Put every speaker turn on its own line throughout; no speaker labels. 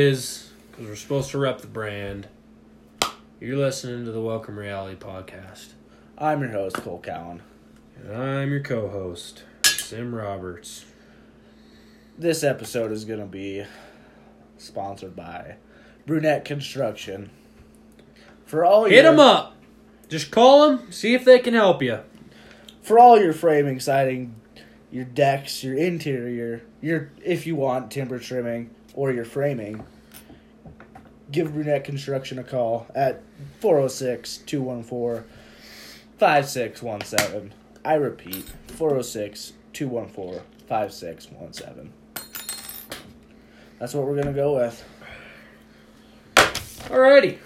is because we're supposed to rep the brand. You're listening to the Welcome Reality Podcast.
I'm your host, Cole Cowan.
And I'm your co host, Sim Roberts.
This episode is going to be sponsored by Brunette Construction. For all
Hit
your,
them up! Just call them, see if they can help you.
For all your framing, siding, your decks, your interior, your if you want timber trimming or your framing, give Brunette Construction a call at 406-214-5617. I repeat, 406-214-5617. That's what we're going to go with.
Alrighty.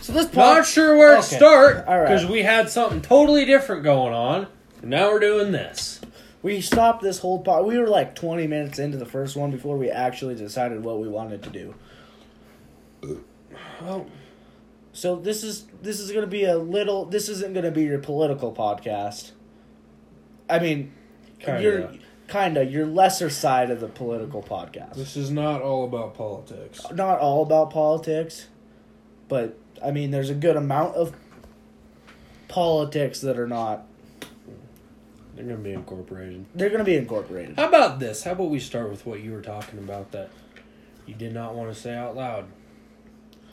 So this
Not sure where to
Okay.
start
All right.
because we had something totally different going on. And now we're doing this.
We stopped this whole pod. We were like 20 minutes into the first one before we actually decided what we wanted to do.
Well,
So this is this is going to be a little this isn't going to be your political podcast. I mean,
Kinda.
you're kind of your lesser side of the political podcast.
is not all about politics.
Not all about politics, but I mean there's a good amount of politics that are not
They're going to be incorporated.
they're going to be incorporated.
How about this? How about we start with what you were talking about that you did not want to say out loud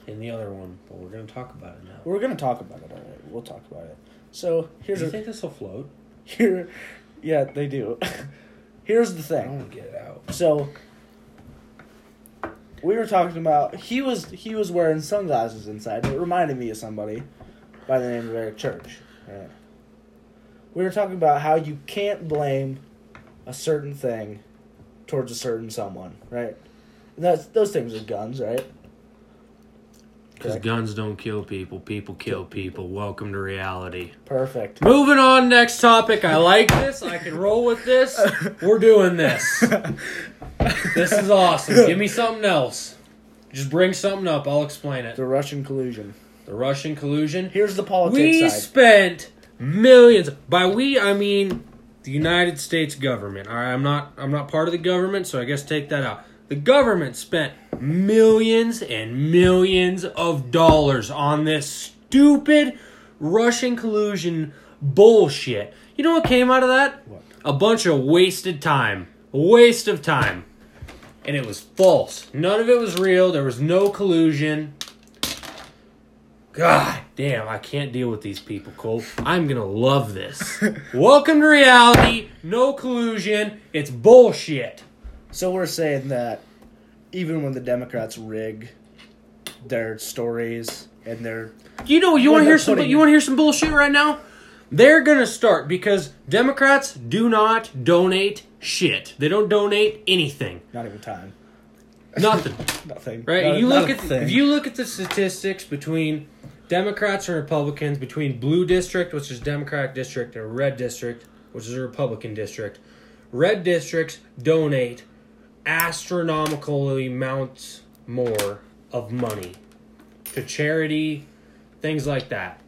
in the other one, but we're going to talk about it now.
We're going to talk about it. All right. We'll talk about it. So, here's
Do you
a
think this will float?
Here, yeah, they do. Here's the
I
thing.
want to get it out.
So we were talking about he was he was wearing sunglasses inside. and It reminded me of somebody by the name of Eric Church. Right. We were talking about how you can't blame a certain thing towards a certain someone, right? And that's those things are guns, right?
Because
Okay.
guns don't kill people, people kill people. Welcome to reality.
Perfect.
Moving on, next topic. I like this. I can roll with this. We're doing this. This is awesome. Give me something else. Just bring something up. I'll explain it.
The Russian collusion.
The Russian collusion.
Here's the politics
We
side.
spent millions. By we, I mean the United States government. All right, I'm not. I'm not part of the government, so I guess take that out. The government spent millions and millions of dollars on this stupid Russian collusion bullshit. You know what came out of that?
What?
A bunch of wasted time. Waste of time. And it was false. None of it was real. There was no collusion. God damn, I can't deal with these people, Cole. I'm gonna love this. Welcome to reality. No collusion. It's bullshit.
So we're saying that even when the Democrats rig their stories and their
You know, you want
Well,
to hear
they're
some.
putting-
You want to hear some bullshit right now? They're gonna start because Democrats do not donate shit. They don't donate anything.
not even time,
Nothing.
nothing.
Right?
Not-
you
not
look
a
at the,
thing.
if you look at the statistics between Democrats and Republicans between blue district, which is Democratic district, and red district, which is a Republican district. Red districts donate astronomical amounts more of money to charity, things like that,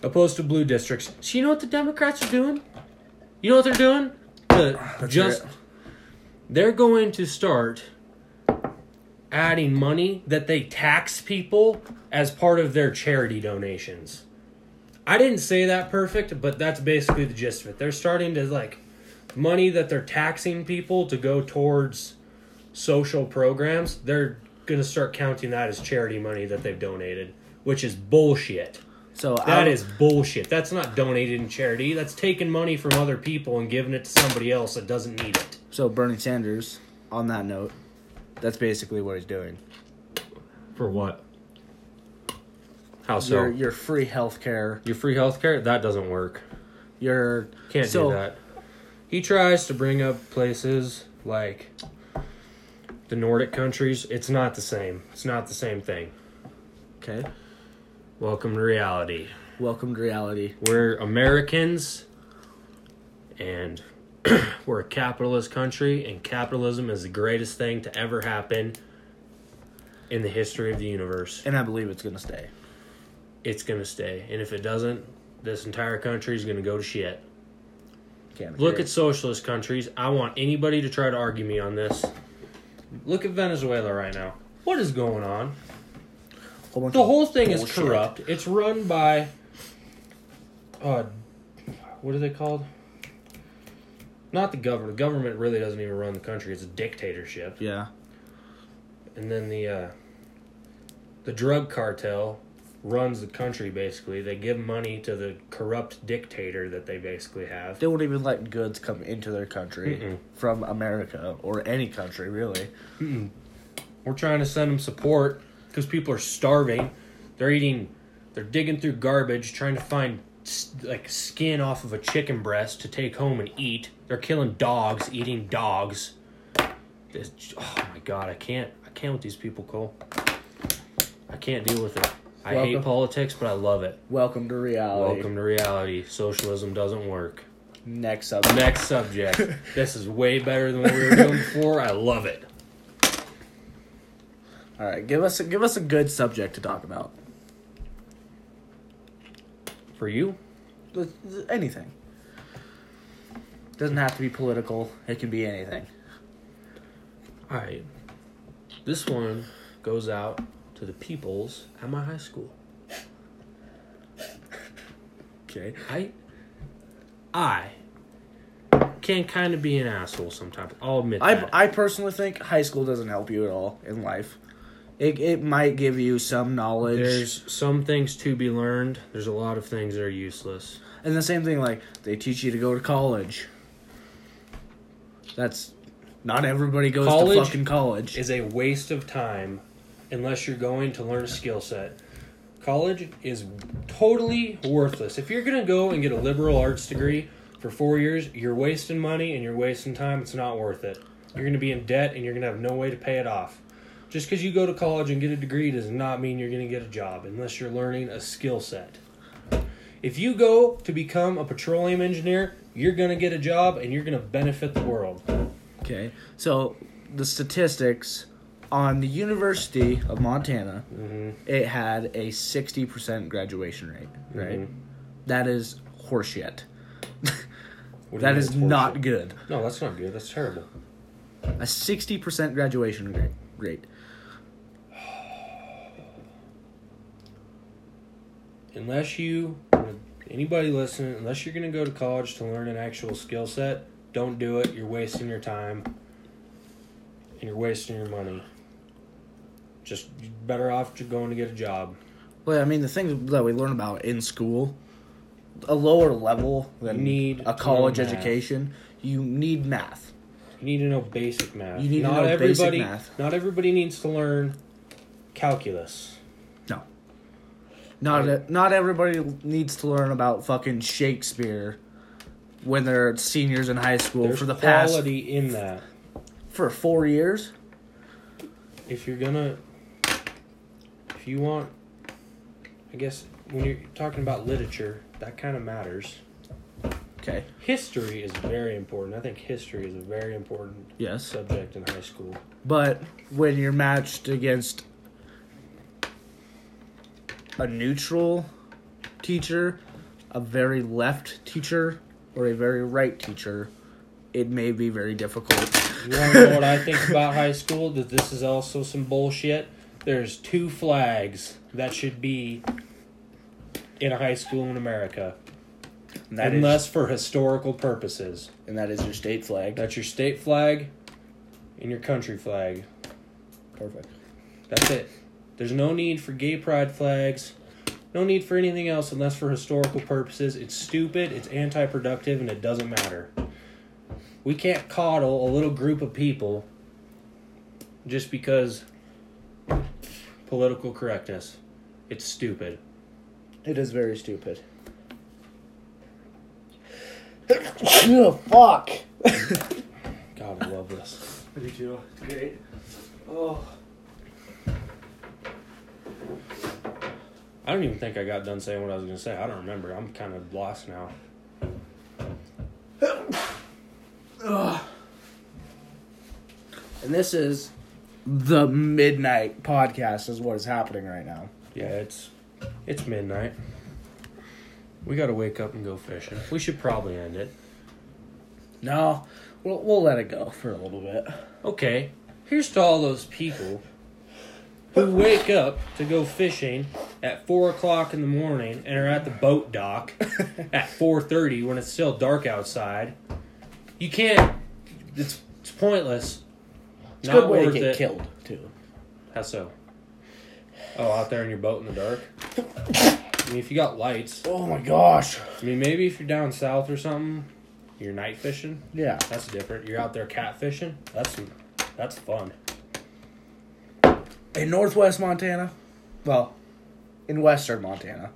opposed to blue districts. So you know what the Democrats are doing? You know what they're doing? The just
it.
they're going to start adding money that they tax people as part of their charity donations. I didn't say that perfect, but that's basically the gist of it. They're starting to like money that they're taxing people to go towards social programs. They're going to start counting that as charity money that they've donated, which is bullshit.
so
That
I,
is bullshit. That's not donated in charity. That's taking money from other people and giving it to somebody else that doesn't need it.
so Bernie Sanders. On that note, that's basically what he's doing.
For what? How so?
Your
Your,
your free health care.
free healthcare? That doesn't work.
Your
Can't
so,
do that. He tries to bring up places like the Nordic countries. It's not the same. It's not the same thing.
Okay.
Welcome to reality.
Welcome to reality.
We're Americans and we're a capitalist country, and capitalism is the greatest thing to ever happen in the history of the universe.
And I believe it's gonna stay.
It's going to stay. And if it doesn't, this entire country is going to go to shit.
Can't
Look
agree.
at socialist countries. I want anybody to try to argue me on this. Look at Venezuela right now. What is going on?
Whole bunch
The
of
whole thing is
bullshit.
corrupt. It's run by, uh, what are they called? Not the government. The government really doesn't even run the country. It's a dictatorship.
Yeah.
And then the uh, the drug cartel runs the country. Basically, they give money to the corrupt dictator that they basically have.
They won't even let goods come into their country
Mm-mm.
from America or any country, really.
We're trying to send them support because people are starving. They're eating, they're digging through garbage, trying to find s- like skin off of a chicken breast to take home and eat. They're killing dogs, eating dogs. This, oh my god, I can't, I can't with these people, Cole. I can't deal with it. I hate
Welcome.
politics, but I love it.
Welcome to reality.
Welcome to reality. Socialism doesn't work.
Next up.
Next subject. this is way better than what we were doing before. I love it.
All right, give us a, give us a good subject to talk about.
For you,
Th- th- Anything. Doesn't have to be political. It can be anything.
All right. This one goes out to the peoples at my high school.
Okay.
I I can kind of be an asshole sometimes. I'll admit
I,
that.
I personally think high school doesn't help you at all in life. It it might give you some knowledge.
There's some things to be learned. There's a lot of things that are useless.
And the same thing, like they teach you to go to college. That's not everybody goes
College
to fucking college.
Is a waste of time unless you're going to learn a skill set. College is totally worthless. If you're going to go and get a liberal arts degree for 4 years, you're wasting money and you're wasting time. It's not worth it. You're going to be in debt and you're going to have no way to pay it off. Just because you go to college and get a degree does not mean you're going to get a job unless you're learning a skill set. If you go to become a petroleum engineer, you're going to get a job and you're going to benefit the world.
Okay, so the statistics on the University of Montana,
Mm-hmm.
it had a sixty percent graduation rate. Right,
Mm-hmm.
That is horseshit.
What do you
That
mean
is
it's
not
horseshit?
good.
No, that's not good. That's terrible.
A sixty percent graduation rate. Rate.
Unless you, anybody listening, unless you're going to go to college to learn an actual skill set, don't do it. You're wasting your time and you're wasting your money. Just you're better off to going to get a job.
Well, I mean, the things that we learn about in school, a lower level than
You need
a college
to learn math.
education, you need math.
You need to know basic math.
You need to
not
know basic
everybody,
math.
Not everybody needs to learn calculus.
No. Not e, not everybody needs to learn about fucking Shakespeare when they're seniors in high school
There's
for the past
quality in that.
for 4 years.
if you're gonna if you want i guess when you're talking about literature that kind of matters
Okay.
history is very important i think history is a very important
Yes.
subject in high school
But when you're matched against a neutral teacher, a very left teacher, or a very right teacher, it may be very difficult.
you want to know what i think about high school that this is also some bullshit there's two flags that should be in a high school in america
And that is-
unless for historical purposes
and that is your state flag.
that's your state flag and your country flag
Perfect.
That's it. There's no need for gay pride flags. No need for anything else unless for historical purposes. It's stupid, it's anti productive, and it doesn't matter. We can't coddle a little group of people just because political correctness. It's stupid.
It is very stupid. oh, fuck.
God, I love this.
Me too. Great. Oh.
I don't even think I got done saying what I was going to say. I don't remember. I'm kind of lost now.
And this is the midnight podcast is what is happening right now.
Yeah, it's it's midnight. We got to wake up and go fishing. We should probably end it.
No, we'll we'll let it go for a little bit.
Okay. Here's to all those people who wake up to go fishing at four o'clock in the morning and are at the boat dock at four thirty when it's still dark outside. You can't. It's, it's pointless.
It's a good way to get killed too.
How so? Oh, out there in your boat in the dark. I mean, if you got lights.
Oh my gosh.
I mean, maybe if you're down south or something, you're night fishing.
Yeah.
That's different. You're out there cat fishing. That's that's fun.
In northwest Montana, well, in western Montana,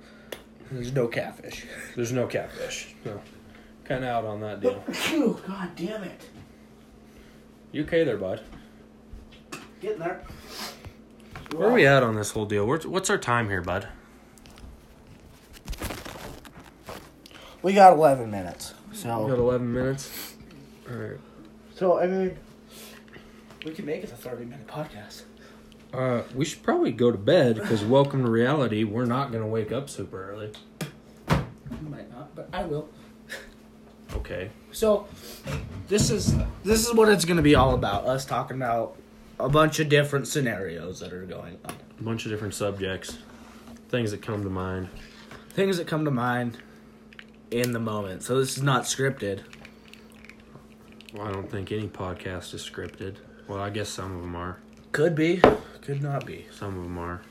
there's no catfish.
There's no catfish. No. Kind of out on that deal.
Phew, God damn it.
You okay there, bud?
Getting there.
Where are we at on this whole deal? Where's, what's our time here, bud?
We got 11 minutes.
We got
So,
11 minutes. All right.
so I mean, we can make it a 30 minute podcast.
Uh, we should probably go to bed because welcome to reality. We're not gonna wake up super early.
Might not, but I will.
Okay.
So, this is this is what it's going to be all about. Us talking about a bunch of different scenarios that are going on.
A bunch of different subjects, things that come to mind.
Things that come to mind in the moment. So this is not scripted.
Well, I don't think any podcast is scripted. Well, I guess some of them are.
Could be, could not be.
Some of them are.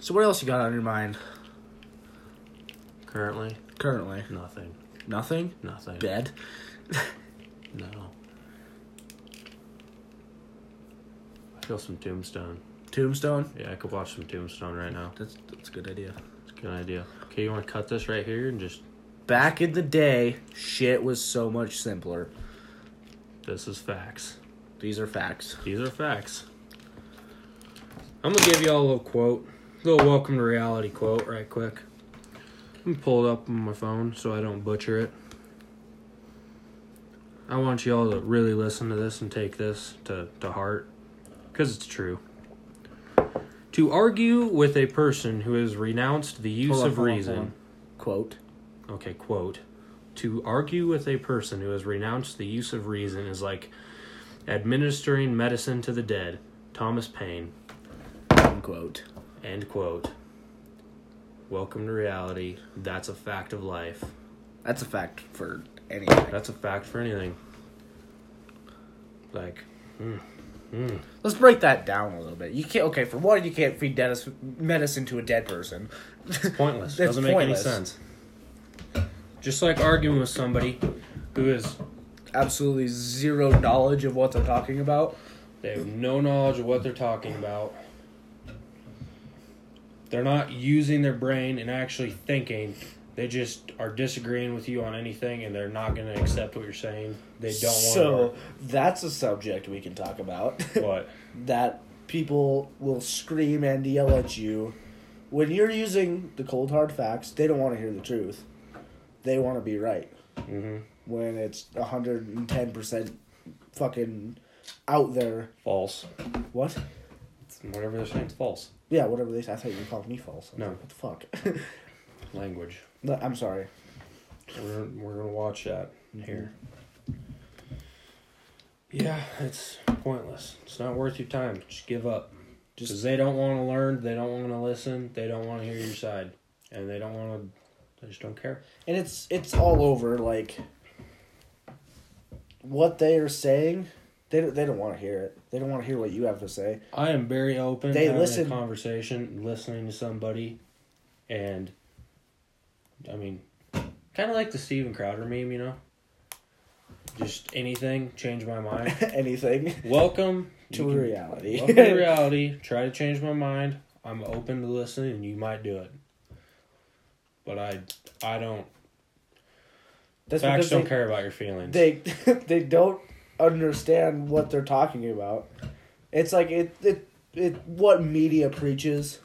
So what else you got on your mind
Currently,
currently?
nothing.
Nothing.
Nothing.
Bed.
No. I feel some Tombstone.
Tombstone.
Yeah, I could watch some Tombstone right now.
That's that's a good idea.
It's a good idea. Okay, you want to cut this right here and just.
Back in the day, shit was so much simpler.
This is facts.
These are facts.
These are facts. I'm gonna give y'all a little quote, a little welcome to reality quote, right quick. I'm gonna pull it up on my phone so I don't butcher it. I want y'all to really listen to this and take this to, to heart because it's true. To argue with a person who has renounced the use
Hold on,
of
hold on,
reason.
hold on. Quote.
Okay, quote. To argue with a person who has renounced the use of reason is like administering medicine to the dead. Thomas Paine.
Unquote.
End quote. Welcome to reality. That's a fact of life.
That's a fact for anything.
That's a fact for anything. Like,
Let's break that down a little bit. You can't. Okay, for one, you can't feed dentist medicine to a dead person.
it's pointless.
That's
Doesn't make
pointless.
any sense. Just like arguing with somebody who is
Absolutely zero knowledge of what they're talking about.
They have no knowledge of what they're talking about. They're not using their brain and actually thinking. They just are disagreeing with you on anything and they're not going to accept what you're saying. They don't
So
want
that's a subject we can talk about.
to. What?
that people will scream and yell at you when you're using the cold hard facts. They don't want to hear the truth. They want to be right.
Mm-hmm.
When it's hundred and ten percent fucking out there.
False.
What?
Whatever they're saying is false.
Yeah, whatever they. I thought you called me false. I was
No.
like, What the fuck?
Language.
No, I'm sorry.
We're, we're going to watch that
Mm-hmm.
here. Yeah, it's pointless. It's not worth your time. Just give up.
Just-
Because they don't want to learn, they don't want to listen, they don't want to hear your side, and they don't want to. They just don't care.
and it's it's all over like what they are saying they don't, they don't want to hear it they don't want to hear what you have to say
I am very open.
They
to having
listen-
a conversation, listening to somebody, and I mean, kind of like the Steven Crowder meme, you know. Just anything, change my mind.
anything
Welcome
To
you
reality.
Welcome to reality. Try to change my mind. I'm open to listening, and you might do it. But I, I don't.
that's
facts
because
don't
they,
care about your feelings.
they they don't understand what they're talking about it's like it it, it what media preaches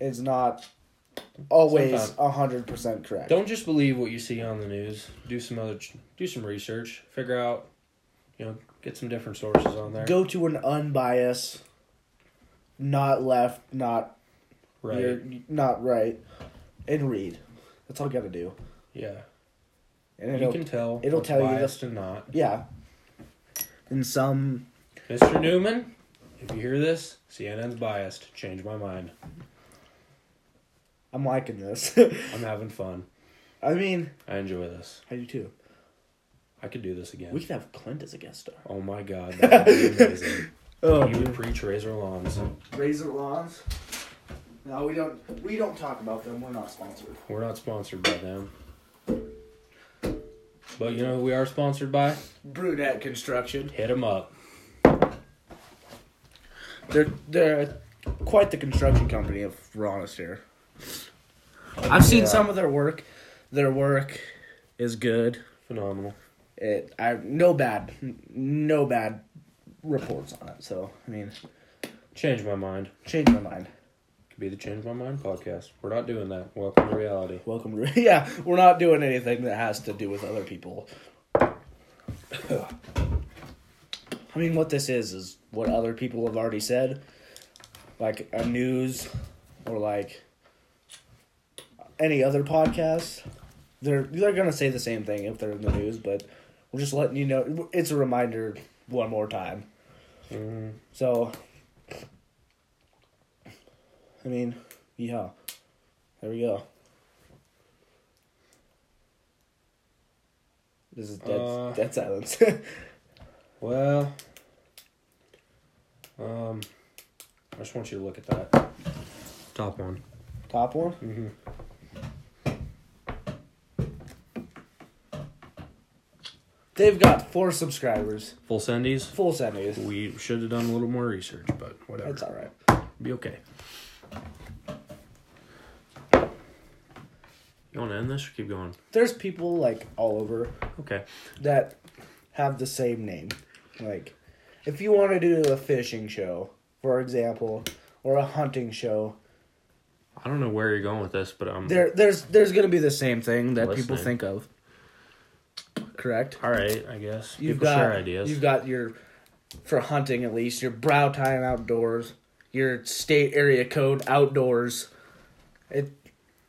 is not always
Sometimes.
a 100% correct
don't just believe what you see on the news. Do some other, do some research. Figure out, you know, get some different sources on there.
go to an unbiased not left not
right.
You're not right. And read. That's all you gotta do.
yeah.
And
You
it'll,
can tell.
it'll
what's
tell you the-
biased and not.
yeah. than some.
Mr. Newman, if you hear this, CNN's biased. Change my mind.
I'm liking this.
I'm having fun.
I mean,
I enjoy this.
I do too.
I could do this again.
We could have Clint as a guest star.
oh my god, that would be amazing.
Oh,
you would preach razor lawns.
Razor Lawns. No, we don't. We don't talk about them. We're not sponsored.
We're not sponsored by them. But you know who we are sponsored by?
Brunette Construction.
Hit them up.
They're they're quite the construction company, if we're honest here. I've seen
Yeah.
some of their work. Their work is good.
Phenomenal.
It I no bad no bad reports on it. So I mean,
Change my mind.
change my mind.
Could be the Change My Mind podcast. We're not doing that. Welcome to reality.
Welcome to yeah. We're not doing anything that has to do with other people. I mean, what this is is what other people have already said, like a news or like any other podcast. They're they're gonna say the same thing if they're in the news, but we're just letting you know. It's a reminder one more time.
Mhm.
So, I mean, yeah, there we go. This is dead,
Uh.
dead silence.
Well, um, I just want you to look at that top one.
Top one.
Mm-hmm.
They've got four subscribers.
Full sendies.
Full semis.
We should have done a little more research, but whatever.
That's all right.
Be okay. You want to end this or keep going?
There's people like all over
Okay.
that have the same name. Like, if you want to do a fishing show, for example, or a hunting show,
I don't know where you're going with this, but I'm.
there, there's, there's gonna be the same thing that people
Listening.
think of. Correct.
All right, I guess.
You've
People
got
share ideas.
You've got your for hunting at least your brow tying outdoors, your state area code outdoors. It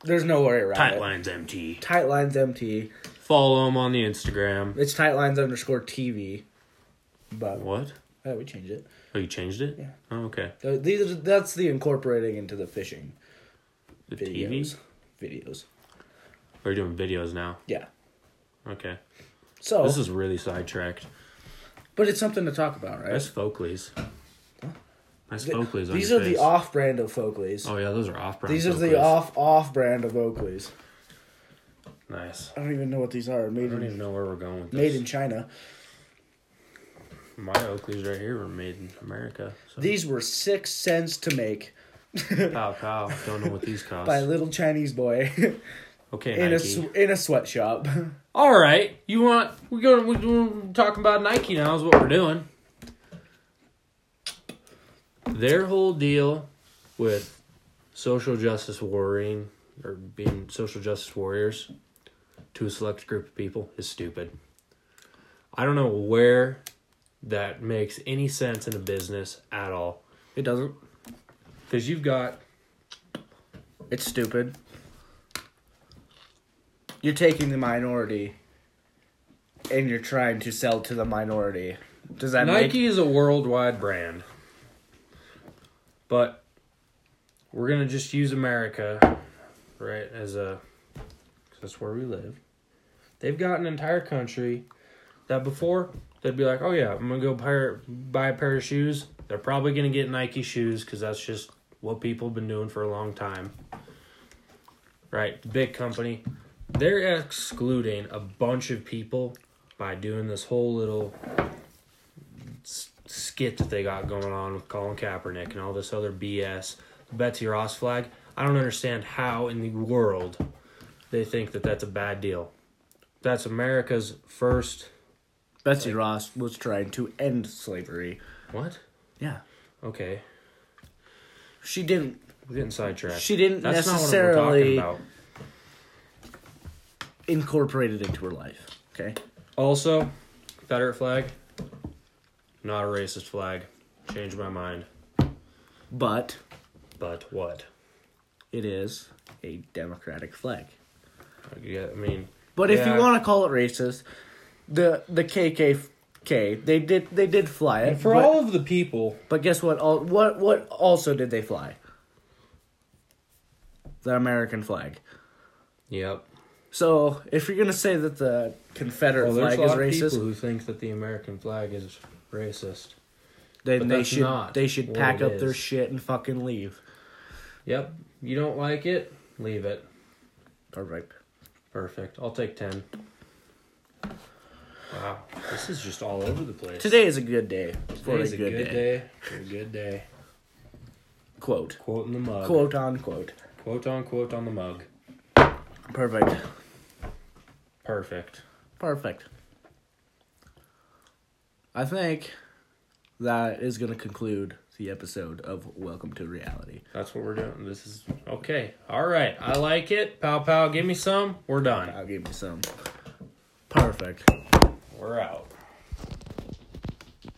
there's no way around it.
Tightlines MT.
Tight lines MT.
Follow them on the Instagram.
It's tight lines underscore TV. But
What?
yeah, we changed it.
Oh, you changed it?
Yeah.
Oh, okay.
Th- These are- that's the incorporating into the fishing
The TV?
videos. Videos.
We're doing videos now.
Yeah.
Okay.
So,
This is really sidetracked.
but it's something to talk about, right?
Nice Folkleys. Nice
Th-
Folkleys on
These
your
are
face.
the off brand of Folkleys.
Oh, yeah, those are off brand.
These are the off off brand of Oakleys.
Nice.
I don't even know what these are.
I
Made
don't
in
even know where we're going with this.
made in China.
My Oakleys right here were made in America. So
These were six cents to make
pow pow. Don't know what these cost.
by a little Chinese boy
okay,
in a
Nike.
sw- in a sweatshop.
All right, you want we go? We're doing- talking about Nike now. Is what we're doing. Their whole deal with social justice warring or being social justice warriors to a select group of people is stupid. I don't know where that makes any sense in a business at all.
It doesn't.
Because you've got
It's stupid. You're taking the minority, and you're trying to sell to the minority. Does that
Nike
make
is a worldwide brand, but we're gonna just use America, right? As a, 'cause that's where we live. They've got an entire country that before they'd be like, "Oh yeah, I'm gonna go pair, buy a pair of shoes." They're probably gonna get Nike shoes because that's just what people have been doing for a long time, right? Big company, they're excluding a bunch of people by doing this whole little s- skit that they got going on with Colin Kaepernick and all this other BS. The Betsy Ross flag. I don't understand how in the world they think that that's a bad deal. That's America's first.
Betsy Ross was trying to end slavery?
What?
Yeah,
Okay,
she didn't.
we're getting sidetracked.
She didn't
That's
necessarily-
not what we're talking about.
Incorporate it into her life. Okay.
Also, Confederate flag, not a racist flag. Changed my mind.
But
But what?
it is a democratic flag.
Yeah, I mean,
But if
Yeah.
you want to call it racist, the the KK f- okay, they did they did fly it.
For
but,
all of the people,
but guess what? All what what also did they fly? The American flag.
yep.
So if you're gonna say that the Confederate
Well, there's
flag
a
is
lot of
racist,
people who think that the American flag is racist.
then
but
they
that's
should
not
they should
what
pack
it
up their
is.
shit and fucking leave.
Yep. You don't like it? Leave it.
Perfect.
Perfect. I'll take 10. Wow. This is just all over the place.
Today is a good day. For
Today's
a good, day.
For a good day.
Quote.
Quote in the mug.
Quote unquote.
Quote on quote on the mug.
Perfect.
Perfect.
Perfect. I think that is going to conclude the episode of Welcome to Reality.
That's what we're doing. This is okay. All right. I like it. Pow pow. Give me some. We're done.
I'll give you some. Perfect.
We're out.